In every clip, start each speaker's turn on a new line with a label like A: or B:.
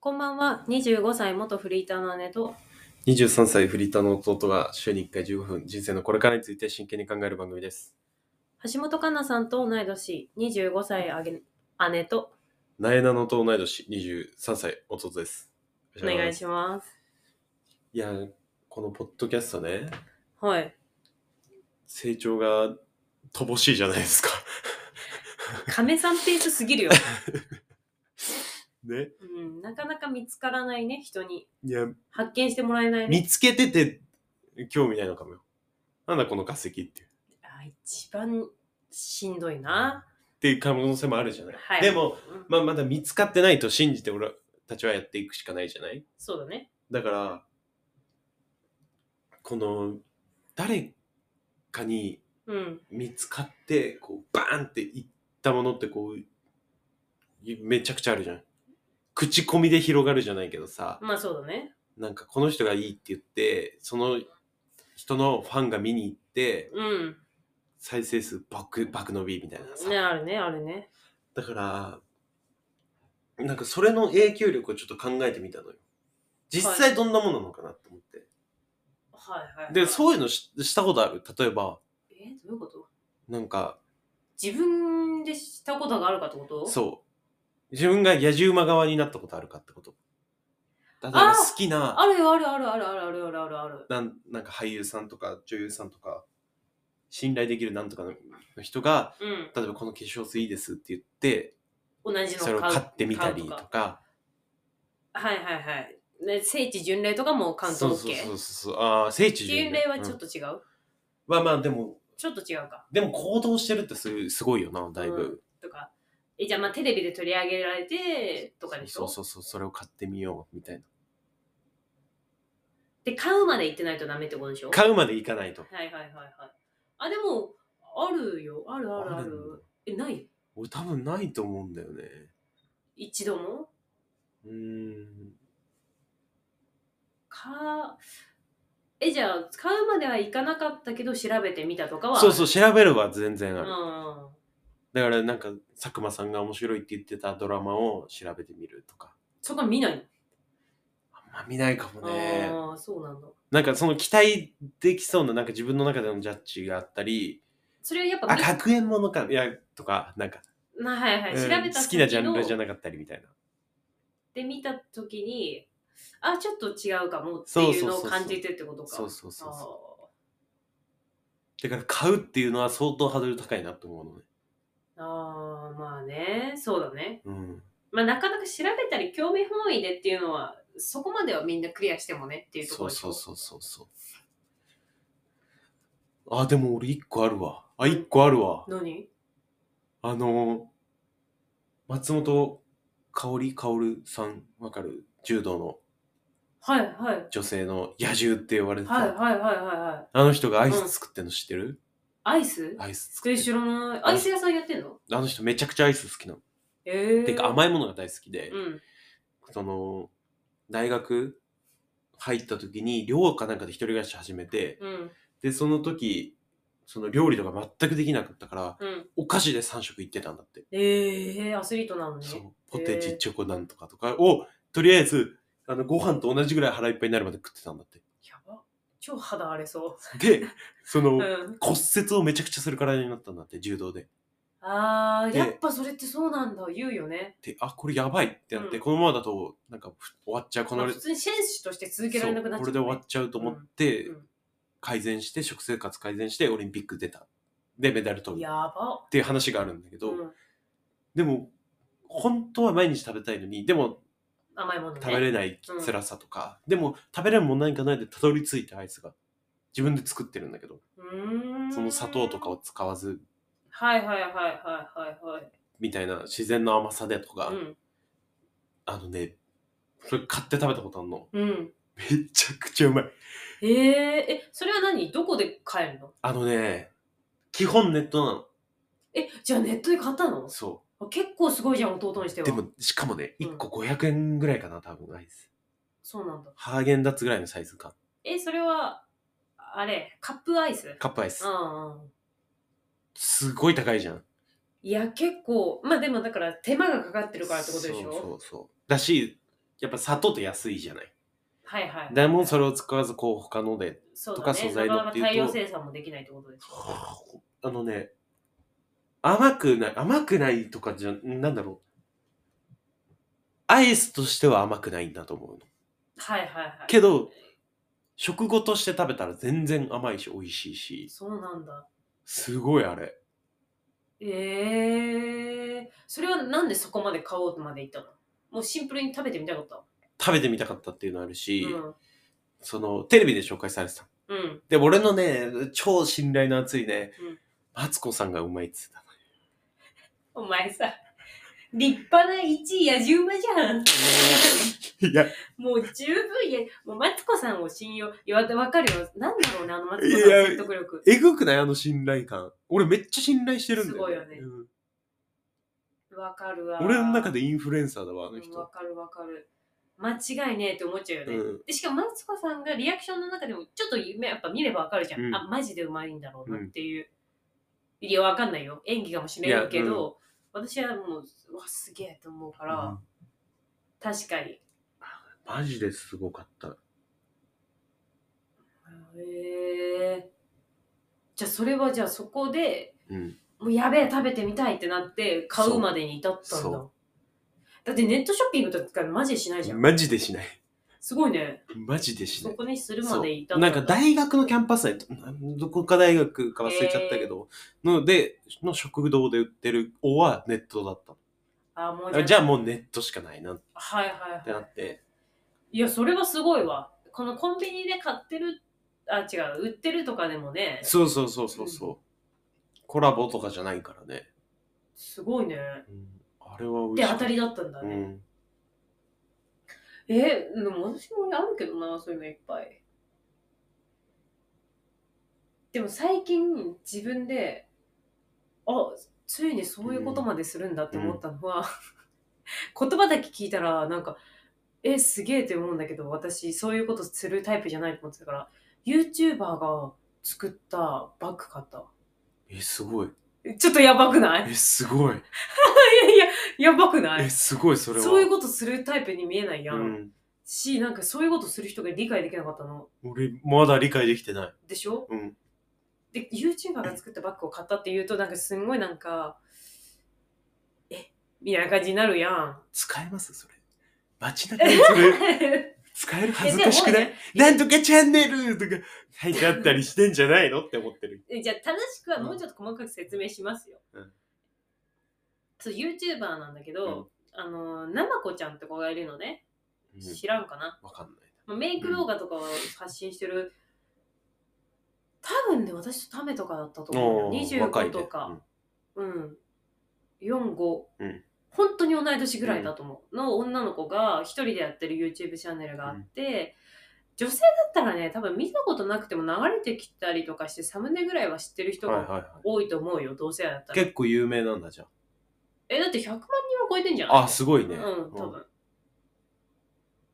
A: こんばんは。25歳元フリーターの姉と、
B: 23歳フリーターの弟が週に1回15分人生のこれからについて真剣に考える番組です。
A: 橋本環奈さんと同い年、25歳あげ姉と、
B: なえなのと同い年23歳弟です。
A: お願いします。
B: いや、このポッドキャストね、
A: はい。
B: 成長が乏しいじゃないですか。
A: 亀さんペースすぎるよ。
B: ね。
A: うん、なかなか見つからないね、人に。
B: いや、
A: 発見してもらえないね。
B: 見つけてて興味ないのかもよ。なんだこの化石っていう。っ
A: あ一番しんどいな。
B: ていう可能性もあるじゃない。
A: はい
B: でも、
A: うん
B: まあ、まだ見つかってないと信じて俺たちはやっていくしかないじゃない
A: そうだね。
B: だから、この、誰かに
A: うん。
B: 見つかって、こう、バーンっていったものって、こう、いめちゃくちゃあるじゃん。口コミで広がるじゃないけどさ、
A: まあそうだね。
B: なんかこの人がいいって言って、その人のファンが見に行って、
A: うん。
B: 再生数爆、爆伸びみたいなさ。
A: ね、あるね、あるね。
B: だから、なんかそれの影響力をちょっと考えてみたのよ。実際どんなものなのかなと思って。
A: はいはい。
B: で、
A: う。
B: そういうのししたことある例えば、
A: え、どういうこと
B: なんか、
A: 自分でしたことがあるかってこと
B: そう。自分が野じ馬側になったことあるかってこと。例えば
A: あー
B: 好きな
A: あるよ、あるあるあるあるあるあるあるある。
B: なん、なんか俳優さんとか女優さんとか、信頼できるなんとかのの人が、
A: うん。
B: 例えばこの化粧水いいですって言って、
A: 同じの
B: それを
A: 買う
B: 買ってみたり
A: 買うと
B: と
A: か
B: か。
A: はいはいはい。ね、聖地巡礼とかも関東
B: そう
A: OK。
B: そうそうそう。ああ、聖地
A: 巡礼はちょっ
B: と。
A: と違う、
B: まあまあ、でも、
A: ちょっと違うか。
B: でも行動してるってすごいすごいよな、だいぶ。
A: とか。え、じゃあまあテレビで取り上げられてとかでし
B: そ
A: ょ
B: うそうそう、それを買ってみようみたいな。
A: で、買うまで行ってないとダメってことでしょ
B: 買うまでいかないと。
A: はいはいはいはい。あ、でも、あるよ。あるあるあ
B: ある
A: る。え、ない
B: 俺多分ないと思うんだよね。
A: 一度も
B: うーん。
A: か。え、じゃあ、買うまでは行かなかったけど、調べてみたとかは。
B: そうそう、
A: う。
B: 調べれば全然
A: う
B: あ
A: ん。
B: る。
A: は
B: だからなんか、佐久間さんが面白いって言ってたドラマを調べてみるとか。
A: そこは見ない。
B: あんま見ないかもね。
A: ああ、そうなんだ。
B: なんかその期待できそうな、なんか自分の中でのジャッジがあったり、
A: それはやっぱ
B: あ、
A: 見
B: 学園ものか、いや、とか、なんか、
A: なはいはい、
B: う
A: 調
B: ん
A: べた時の
B: 好きなジャンルじゃなかったりみたいな。
A: で見た時にあちょっと違うかもっていうのを
B: そうそうそうそう
A: 感じてってことか
B: そううそうそうそう。だから買うっていうのは相当ハードル高いなと思うのね。
A: あーまあねそうだね
B: うん。
A: まあなかなか調べたり興味本位でっていうのはそこまではみんなクリアしてもねっていうとこ
B: そ
A: ろ
B: う
A: でし
B: そ
A: ょ
B: うそうそうそう。あ、でも俺一個あるわ。あ、一個あるわ。
A: 何
B: あのー、松本香り香るさん、わかる柔道の
A: はいはい
B: 女性の野獣って呼ばれてた。
A: はいはいはいはいはい
B: あの人がアイス作ってんの知ってる、
A: アイス
B: アイス作
A: 作
B: っ
A: り
B: て
A: 知
B: る。
A: らないアイス屋さんやってんの
B: あの人めちゃくちゃアイス好きなの。
A: ええー、
B: てか甘いものが大好きで、
A: うん
B: その、大学入った時に寮かなんかで一人暮らし始めて、
A: うん
B: で、その時、その料理とか全くできなかったから、
A: うん
B: お菓子で3食行ってたんだって。
A: ええー、アスリートなのに
B: そう
A: ね。
B: ポテチ、チョコなんとかとかを、とりあえず、あの、ご飯と同じぐらい腹いっぱいになるまで食ってた んだって。
A: やば超肌荒れそ、
B: で、そうの
A: う、ん、
B: 骨折をめちゃくちゃする体になったんだって、柔道で。
A: あー
B: で
A: やっぱそれってそうなんだ言うよね
B: で、あ、これやばいってなって、
A: うん
B: このままだと、なんか、ふ終わっちゃう、この、
A: まあ普通に選手として続けられなくなっちゃ
B: そううこれで終わっちゃうと思って、
A: うんうん
B: 改善して、食生活改善して、オリンピック出た。で、メダル取る
A: やば
B: っていう話があるんだけど、
A: うん
B: でも、本当は毎日食べたいのに、でも
A: 甘いものね
B: 食べれない
A: うん
B: 辛さとか、でも食べれるものなんかないでたどり着いたアイスが自分で作ってるんだけど
A: うーん
B: その砂糖とかを使わず
A: はいはいはいはいはいはい
B: みたいな自然の甘さでとか、
A: うん
B: あのねそれ買って食べたことあるの
A: うん
B: めちゃくちゃうまい
A: えー、えそれは何どこで買えるの
B: あのね基本ネットな
A: えじゃあネットで買ったの
B: のそ
A: あ結構すごいじゃん弟にして
B: う
A: は
B: でもしかもね
A: うん
B: 1個500円ぐらいかな多分アイス
A: そうなんだ
B: ハーゲンダッツぐらいのサイズ感
A: えそれはあれカップアイス
B: カップアイス、
A: うんうん
B: すごい高いじゃん
A: いや結構まあでもだから手間がかかってるからってことでしょ
B: そうそうそうだしやっぱ砂糖って安いじゃない。
A: はいはい。
B: だもんそれを使わずこう他ので
A: そうだ
B: とか素材の
A: ね、なか
B: って
A: な
B: いう
A: か
B: と
A: 大量生産もできないってことです。
B: あのね、甘くない、甘くないとかじゃ、なんだろう。アイスとしては甘くないんだと思うの。
A: はいはいはい。
B: けど、食後として食べたら全然甘いし、美味しいし、
A: そうなんだ。
B: すごいあれ。
A: ええそれはなんでそこまで買おうとまでいったのもうシンプルに食べてみたかった。
B: 食べてみたかったっていうのあるし、
A: うん。
B: その、テレビで紹介されてた。
A: うん。
B: で、俺のね、超信頼の厚いね
A: うん、
B: マツコさんがうまいっつってた。
A: お前さ、立派な一位野じ馬じゃん。
B: いや、
A: もう十分や、もうマツコさんを信用、いや、わかるよ。なんだろうね、あのマツコさん
B: いや
A: の説得力。
B: えぐくないあの信頼感。俺めっちゃ信頼してるんだよ、
A: すごいよね
B: うん
A: わかるわ。
B: 俺の中でインフルエンサーだわ、あ
A: う
B: の
A: ん
B: 人。
A: わかるわかる。間違いねえって思っちゃうよね。
B: うん
A: でしかもマツコさんがリアクションの中でもちょっと夢やっぱ見ればわかるじゃん、
B: うん
A: あマジでうまいんだろうなっていう、いやわかんないよ演技かもしれないけど、私はもううわすげえと思うから、
B: うん
A: 確かに
B: マジですごかった。
A: へえじゃあそれはじゃあそこで
B: うん。
A: もうやべえ食べてみたいってなって買うまでに至ったん
B: そ
A: だ
B: う
A: だってネットショッピングとかマジでしないじゃん
B: マジでしない。
A: すごいね
B: マジでし
A: そ
B: ない。
A: こにするま
B: そ
A: でに至
B: う
A: っ
B: な
A: た
B: んか大学のキャンパス内、なんどこか大学か忘れちゃったけど、ので、の食堂で売ってるおはネットだっ
A: あもう
B: た。じゃあもうネットしかないなっ
A: はいはいはい
B: てなって、
A: いや、それはすごいわ。このコンビニで買ってる、あ、違う、売ってるとかでもね、
B: そうそうそうそうそう。コラボとかじゃないからね。
A: すごいね。
B: うんあれは美味
A: で、
B: しい。
A: 当たりだったんだ
B: う
A: ね。
B: ん。
A: え、でも私もあるけどな、そういうのいっぱい。でも最近自分で、あ、ついにそういうことまでするんだって思ったのは、言葉だけ聞いたら、なんか、え、すげえって思うんだけど、私、そういうことするタイプじゃないと思ってたから、YouTuber が作ったバッグ買ったわ。
B: え、すごい。
A: ちょっとやばくない
B: え、すご
A: い
B: い。
A: やいや、やばくな
B: え、
A: い
B: すごい、それは。
A: そういうことするタイプに見えないやん。
B: うん。
A: し、なんかそういうことする人が理解できなかったの。
B: 俺、まだ理解できてない。
A: でしょ
B: うん。
A: で、YouTuber が作ったバッグを買ったって言うと、なんかすんごいなんか、えみたいな感じになるやん。
B: 使えますそれ。街中にそれ、
A: え
B: 使える恥ずかしくな
A: でも
B: い
A: ね
B: なんとかチャンネルとか書いてあったりしてんじゃないのって思ってる。
A: えじゃあ正しくはもうちょっと細かく説明しますよ。
B: うん
A: そう、YouTuber なんだけど、あの、なまこちゃんって子がいるのね。知らんかな。
B: わかんない。
A: まあ、メイク動画とかを発信してる、多分ね私とためとかだったと思うよ25とか、うん、45、
B: うん
A: 本当に同い年ぐらいだと思う、の女の子が一人でやってる YouTube チャンネルがあって、女性だったらね多分見たことなくても流れてきたりとかしてサムネぐらいは知ってる人
B: はいはい
A: が
B: は
A: 多いと思うよ同世代だった
B: い。
A: ら
B: 結構有名なんだじゃん。
A: えだって100万人は超えてんじゃん
B: あ、すごいね。
A: うん多分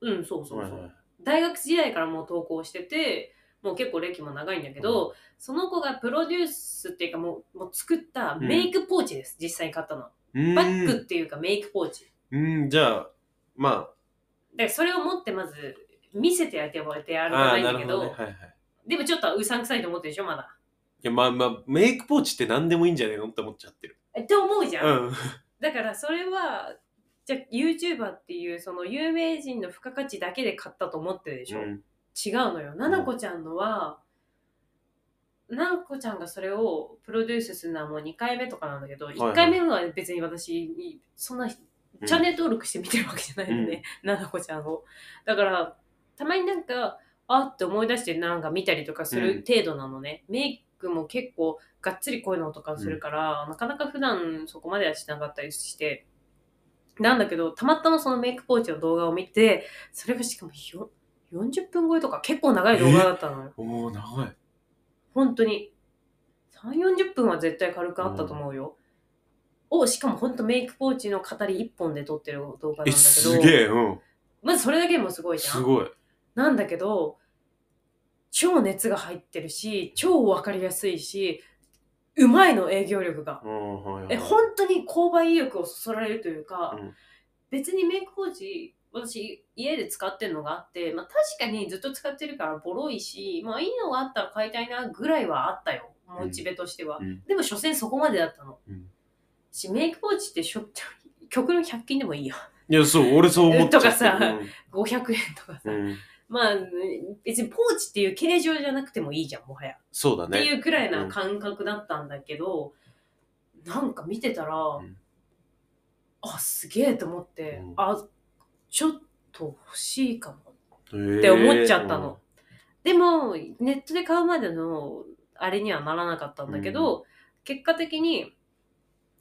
A: うんそうそうそう、
B: はいはい
A: 大学時代からもう投稿しててもう結構歴も長いんだけど、その子がプロデュースっていうかもうもう作ったメイクポーチです、実際に買ったの
B: うーん
A: バッグっていうかメイクポーチ
B: うん、じゃあ、ま
A: でそれを持ってまず見せてあげてや
B: あ、
A: るわ
B: あ
A: け
B: ー
A: なんだ
B: ないる
A: け
B: ほ
A: ど
B: どね。はいはい。
A: でもちょっとうさんくさいと思ってるでしょまだ
B: いや、まあまあ、メイクポーチって何でもいいんじゃねえのって思っちゃってる。
A: えって思うじゃ、
B: うんん。
A: だからそれはじゃあ YouTuber っていうその有名人の付加価値だけで買ったと思ってるでしょ、
B: うん
A: 違うのよ。ななこちゃんのは、ななこちゃんがそれをプロデュースするのはもう2回目とかなんだけど、
B: いはい
A: 1回目のは別に私に、そんな、チャンネル登録して見てるわけじゃないのね、ななこちゃんを。だから、たまになんか、あって思い出してなんか見たりとかする程度なのね。メイクも結構がっつりこういうのとかするから、なかなか普段そこまではしなかったりして、なんだけど、たまたまそのメイクポーチの動画を見て、それがしかもよ40分超えとか結構長い動画だったのよ。
B: おお長い。
A: 本当に。3、40分は絶対軽くあったと思うよ。を、しかも本当メイクポーチの語り1本で撮ってる動画なんだけ
B: え、
A: ど、
B: すげえ、うん。
A: まずそれだけでもすごいじゃ
B: す
A: ん。
B: ごい。
A: なんだけど、超熱が入ってるし、超わかりやすいし、うまいの営業力が。
B: うん、はいはい。
A: え、本当に購買意欲をそそられるというか、
B: うん
A: 別にメイクポーチ、私家で使ってるのがあって、まあ、確かにずっと使ってるからボロいし、まあ、いいのがあったら買いたいなぐらいはあったよモチベとしては、
B: うん
A: でも所詮そこまでだったの、
B: うん
A: しメイクポーチってしょ極論100均でもいいよ
B: いや、そう、俺そう思っちゃって
A: とかさ500円とかさ、
B: うんうん
A: まあ別にポーチっていう形状じゃなくてもいいじゃんもはや
B: そうだ
A: って
B: ね。
A: いうくらいな感覚だったんだけど、なんか見てたら、
B: ん
A: あすげえと思って、
B: うん
A: あちょっと欲しいかも
B: っ
A: って思っちゃったの。。でもネットで買うまでのあれにはならなかったんだけど、結果的に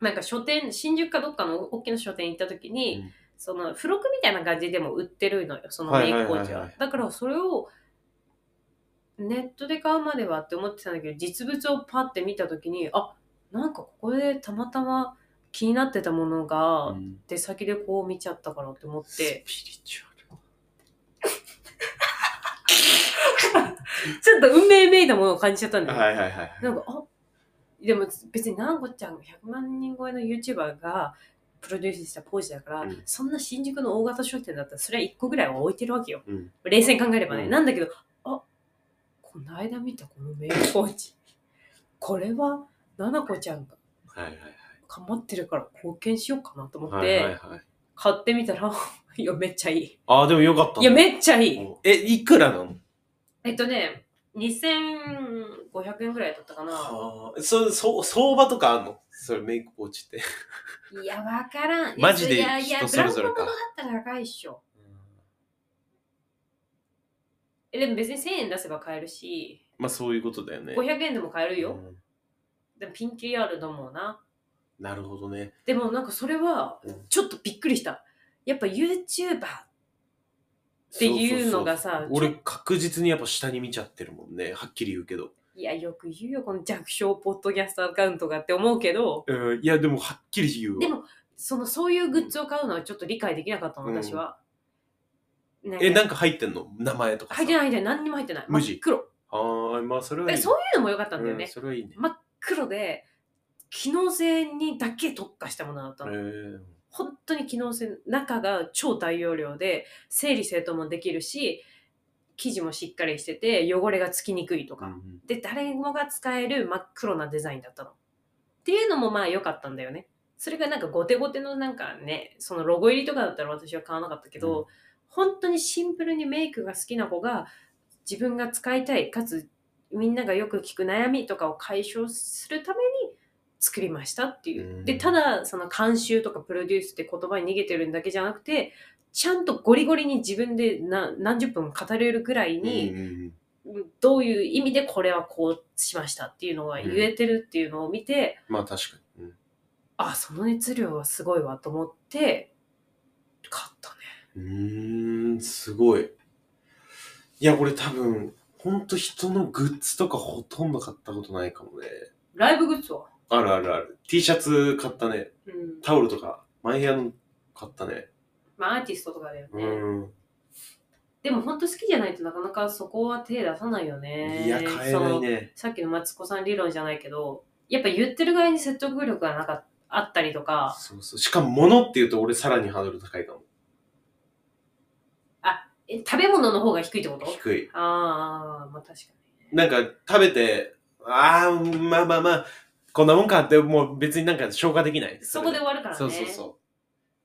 A: なんか書店新宿かどっかの大きな書店行った時に、
B: うん
A: その付録みたいな感じでも売ってるのよその
B: は
A: メ
B: い
A: イ
B: はい
A: ク
B: はい
A: ポ
B: は
A: ー
B: い
A: チは。だからそれをネットで買うまではって思ってたんだけど実物をパッて見た時にあなんかここでたまたま気になってたもの
B: う
A: が
B: ん
A: 出先でこう見ちゃったからって思っ
B: スピ
A: て、
B: リチュアル。
A: ちょっと運命めいたものを感じちゃったんだよ。
B: はいはいはい。
A: なんか、あでも別に南子ちゃんが100万人超えの YouTuber がプロデュースしたポーチだから、
B: うん
A: そんな新宿の大型商店だったらそれは1個ぐらいは置いてるわけよ。
B: うん
A: 冷静に考えればね。
B: うん
A: なんだけど、あこの間見たこのメイクポーチ。 これは、奈々子ちゃんが
B: はいはい
A: 構ってるから貢献しようかなと思っ
B: はい。はいはい
A: て、
B: はい。
A: 買ってみたら、 いや、めっちゃいい。
B: ああ、でもよかった
A: いや、
B: ね。
A: めっちゃいい。
B: え、いくらなの
A: えっとね、2500円ぐらいだったかな。
B: ああ、そ、そ、相場とかあんのそれメイクポーチって。
A: いや、わからん。
B: マジで
A: いやいや、
B: 人
A: ブ
B: そ
A: ラ
B: れ
A: ンド
B: ぞれ
A: 物
B: か
A: だったら高いっしょ。えでも別に1000円出せば買えるし、
B: まあそういうことだよね。
A: 500円でも買えるよ。
B: うん
A: でもピンキリあると思うな。
B: なるほどね。
A: でもなんかそれは
B: うん、
A: ちょっとびっくりした。やっぱ YouTuber っていうのがさ
B: そうそうそう俺確実にやっぱ下に見ちゃってるもんね。はっきり言うけど。
A: いや、よく言うよ、この弱小ポッドキャストアカウントがって思うけど、
B: うんいや、でもはっきり言うわ。
A: でもそのそういうグッズを買うのはちょっと理解できなかったの、
B: うん
A: 私は。ね
B: え、なんか入ってんの名前とかさ。
A: 入ってない、入ってない、何にも入ってない。
B: 無地
A: 真っ黒。
B: ああ、まあそれはい
A: え
B: い。
A: そういうのも良かったんだよね。
B: うんそれはいいね。
A: 真っ黒で機能性にだけ特化したものだったの、
B: え
A: 本当に機能性中が超大容量で整理整頓もできるし生地もしっかりしてて汚れがつきにくいと
B: ーう
A: か、
B: ん
A: で誰もが使える真っ黒なデザインだったのっていうのもまあ良かったんだよねそれがなんかゴテゴテのなんかねそのロゴ入りとかだったら私は買わなかったけど、
B: う
A: 本当にシンプルにメイクが好きな子が自分が使いたいかつみんながよく聞く悩みとかを解消するために作りましたっていう、
B: うん
A: でただその監修とかプロデュースって言葉に逃げてるんだけじゃなくてちゃんとゴリゴリに自分でな何十分も語れるぐらい
B: うん
A: に、
B: うん
A: どういう意味でこれはこうしましたっていうのが言えてるっていうのを見て、
B: まあ確かに。うん
A: あその熱量はすごいわと思って買ったね
B: うーん、すごい。いや、俺多分、ほんと人のグッズとかほとんど買ったことないかもね。
A: ライブグッズは、
B: あるあるある。T シャツ買ったね。
A: うん
B: タオルとか、マイヤーの買ったね。
A: まあ、アーティストとかだよね、
B: うん。
A: でも本当好きじゃないとなかなかそこは手出さないよね
B: いや、買え
A: そ
B: ない
A: の
B: ね。
A: さっきのマツコさん理論じゃないけどやっぱ言ってる側に説得力がなかっあったりとか
B: そうそう。しかも、物っていうと俺さらにハードル高いかも。
A: え食べ物の方が低いってこと
B: 低い。
A: ああまあ確か
B: なんか、食べて、ああ、まあまあまあ、こんなもんかって、もう別になんか消化できない。
A: にそこで終わる
B: れ
A: からね
B: そうそうそう。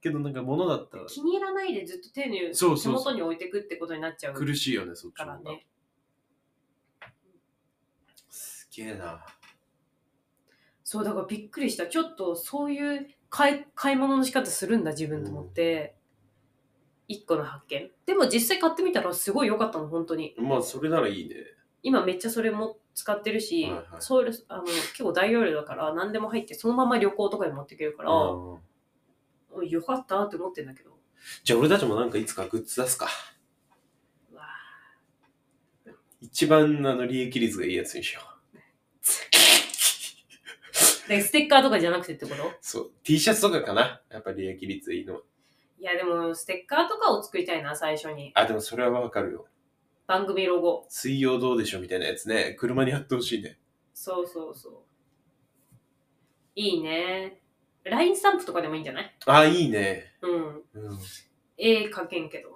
B: けどなんか物だったら
A: 気に入らないでずっと手に
B: そ
A: 手
B: うそうそう
A: 元に置いていくってことになっちゃう
B: 苦しいよね、そっち
A: か
B: の
A: ら
B: 方が。
A: ね。
B: すげえな。
A: そうだからびっくりした。ちょっとそういう買い買い物の仕方するんだ自分と思って、一個の発見。でも実際買ってみたらすごい良かったの本当に。
B: まあ、それならいいね。
A: 今めっちゃそれも使ってるし、
B: はいはい
A: それあの結構大容量だから何でも入ってそのまま旅行とかに持っていけるから、
B: うん
A: よかったって思ってんだけど。
B: じゃあ、俺たちもなんかいつかグッズ出すか。
A: うわ
B: 一番あの利益率がいいやつにしよう。
A: でステッカーとかじゃなくてってこと
B: そう。T シャツとかかな。やっぱ利益率いいのは。
A: いやでもステッカーとかを作りたいな最初に。
B: あ、でもそれはわかるよ。
A: 番組ロゴ。
B: 水曜どうでしょうみたいなやつね。車に貼ってほしいね。
A: そうそうそう。いいね。LINE スタンプとかでもいいんじゃない
B: あ、いいね。
A: うん。
B: うん。
A: え絵描けんけど。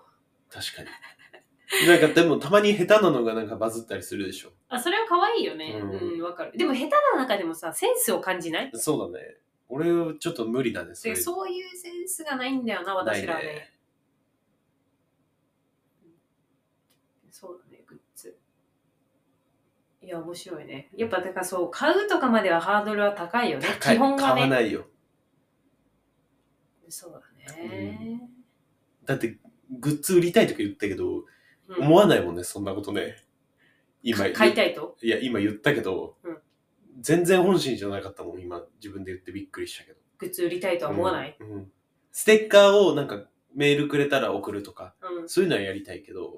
B: 確かに。なんかでもたまに下手なのがなんかバズったりするでしょ。
A: あ、それは可愛いよね。
B: うん
A: うん、わ、かる。でも下手な中でもさ、センスを感じない
B: そうだね。俺はちょっと無理だね。そ
A: で
B: れ
A: そういうセンスがないんだよな、私ら
B: な
A: ね
B: い。
A: そうだね、グッズ。いや、面白いね。やっぱ、だからそう、買うとかまではハードルは高いよね。
B: 高い。
A: 基本が
B: 買わ
A: ね。
B: ないよ。
A: そうだね。
B: だってグッズ売りたいとか言ったけど、
A: うん
B: 思わないもんね、そんなことね。今、
A: 買いたいと
B: いや、今言ったけど、
A: うん
B: 全然本心じゃなかったもん、今、自分で言ってびっくりしたけど。
A: グッズ売りたいとは思わない、
B: うん、うんステッカーをなんかメールくれたら送るとか、
A: うん、
B: そういうのはやりたいけど、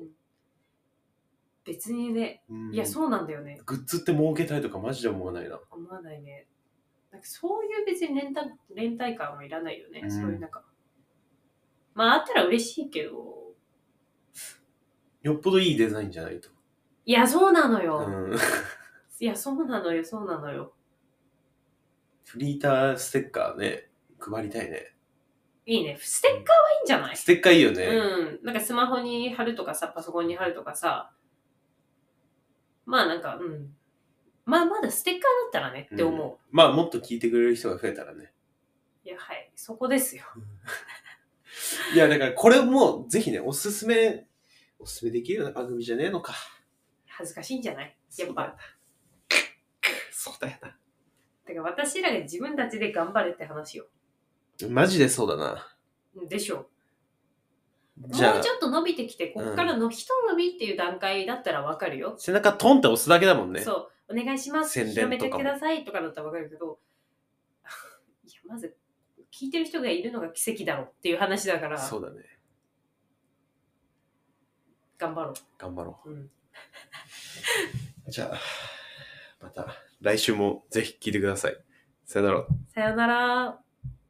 A: 別にね、
B: うん
A: いや、そうなんだよね。
B: グッズって儲けたいとかマジで思わないな。
A: 思わないね。なんかそういう別に連帯連帯感はいらないよね。
B: うん
A: そういうなんか。まあ、あったら嬉しいけど。
B: よっぽどいいデザインじゃないと。
A: いや、そうなのよ。
B: うん、
A: いや、そうなのよ、そうなのよ。
B: フリーターステッカーね、配りたいね。
A: いいね。ステッカーはいいんじゃない
B: ステッカーいいよね。
A: うん。なんかスマホに貼るとかさ、パソコンに貼るとかさ。まあなんか、うん。まあまだステッカーだったらねって思う。
B: まあ、もっと聞いてくれる人が増えたらね。
A: いや、はい。そこですよ。
B: いや、だからこれもぜひね、おすすめ、おすすめできるような番組じゃねえのか。
A: 恥ずかしいんじゃないやっ
B: そうだよ
A: ぱ。
B: そうだよな。
A: だから私らが自分たちで頑張れって話よ。
B: マジでそうだな。
A: でしょう。
B: じゃ
A: も
B: あ
A: うち、ょっと伸びてきて、ここからの一伸びっていう段階だったらわかるよ。
B: 背中トンって押すだけだもんね。
A: そう、お願いします、
B: 宣伝
A: 広めて
B: とか
A: く
B: も
A: ださいとかだったらわかるけど、 いや、まず、聞いてる人がいるのが奇跡だろっていう話だから、
B: そうだね。
A: 頑張ろ
B: 頑張ろ
A: う。うん、
B: う。じゃあ、また来週もぜひ聞いてください。さよなら。
A: さよなら。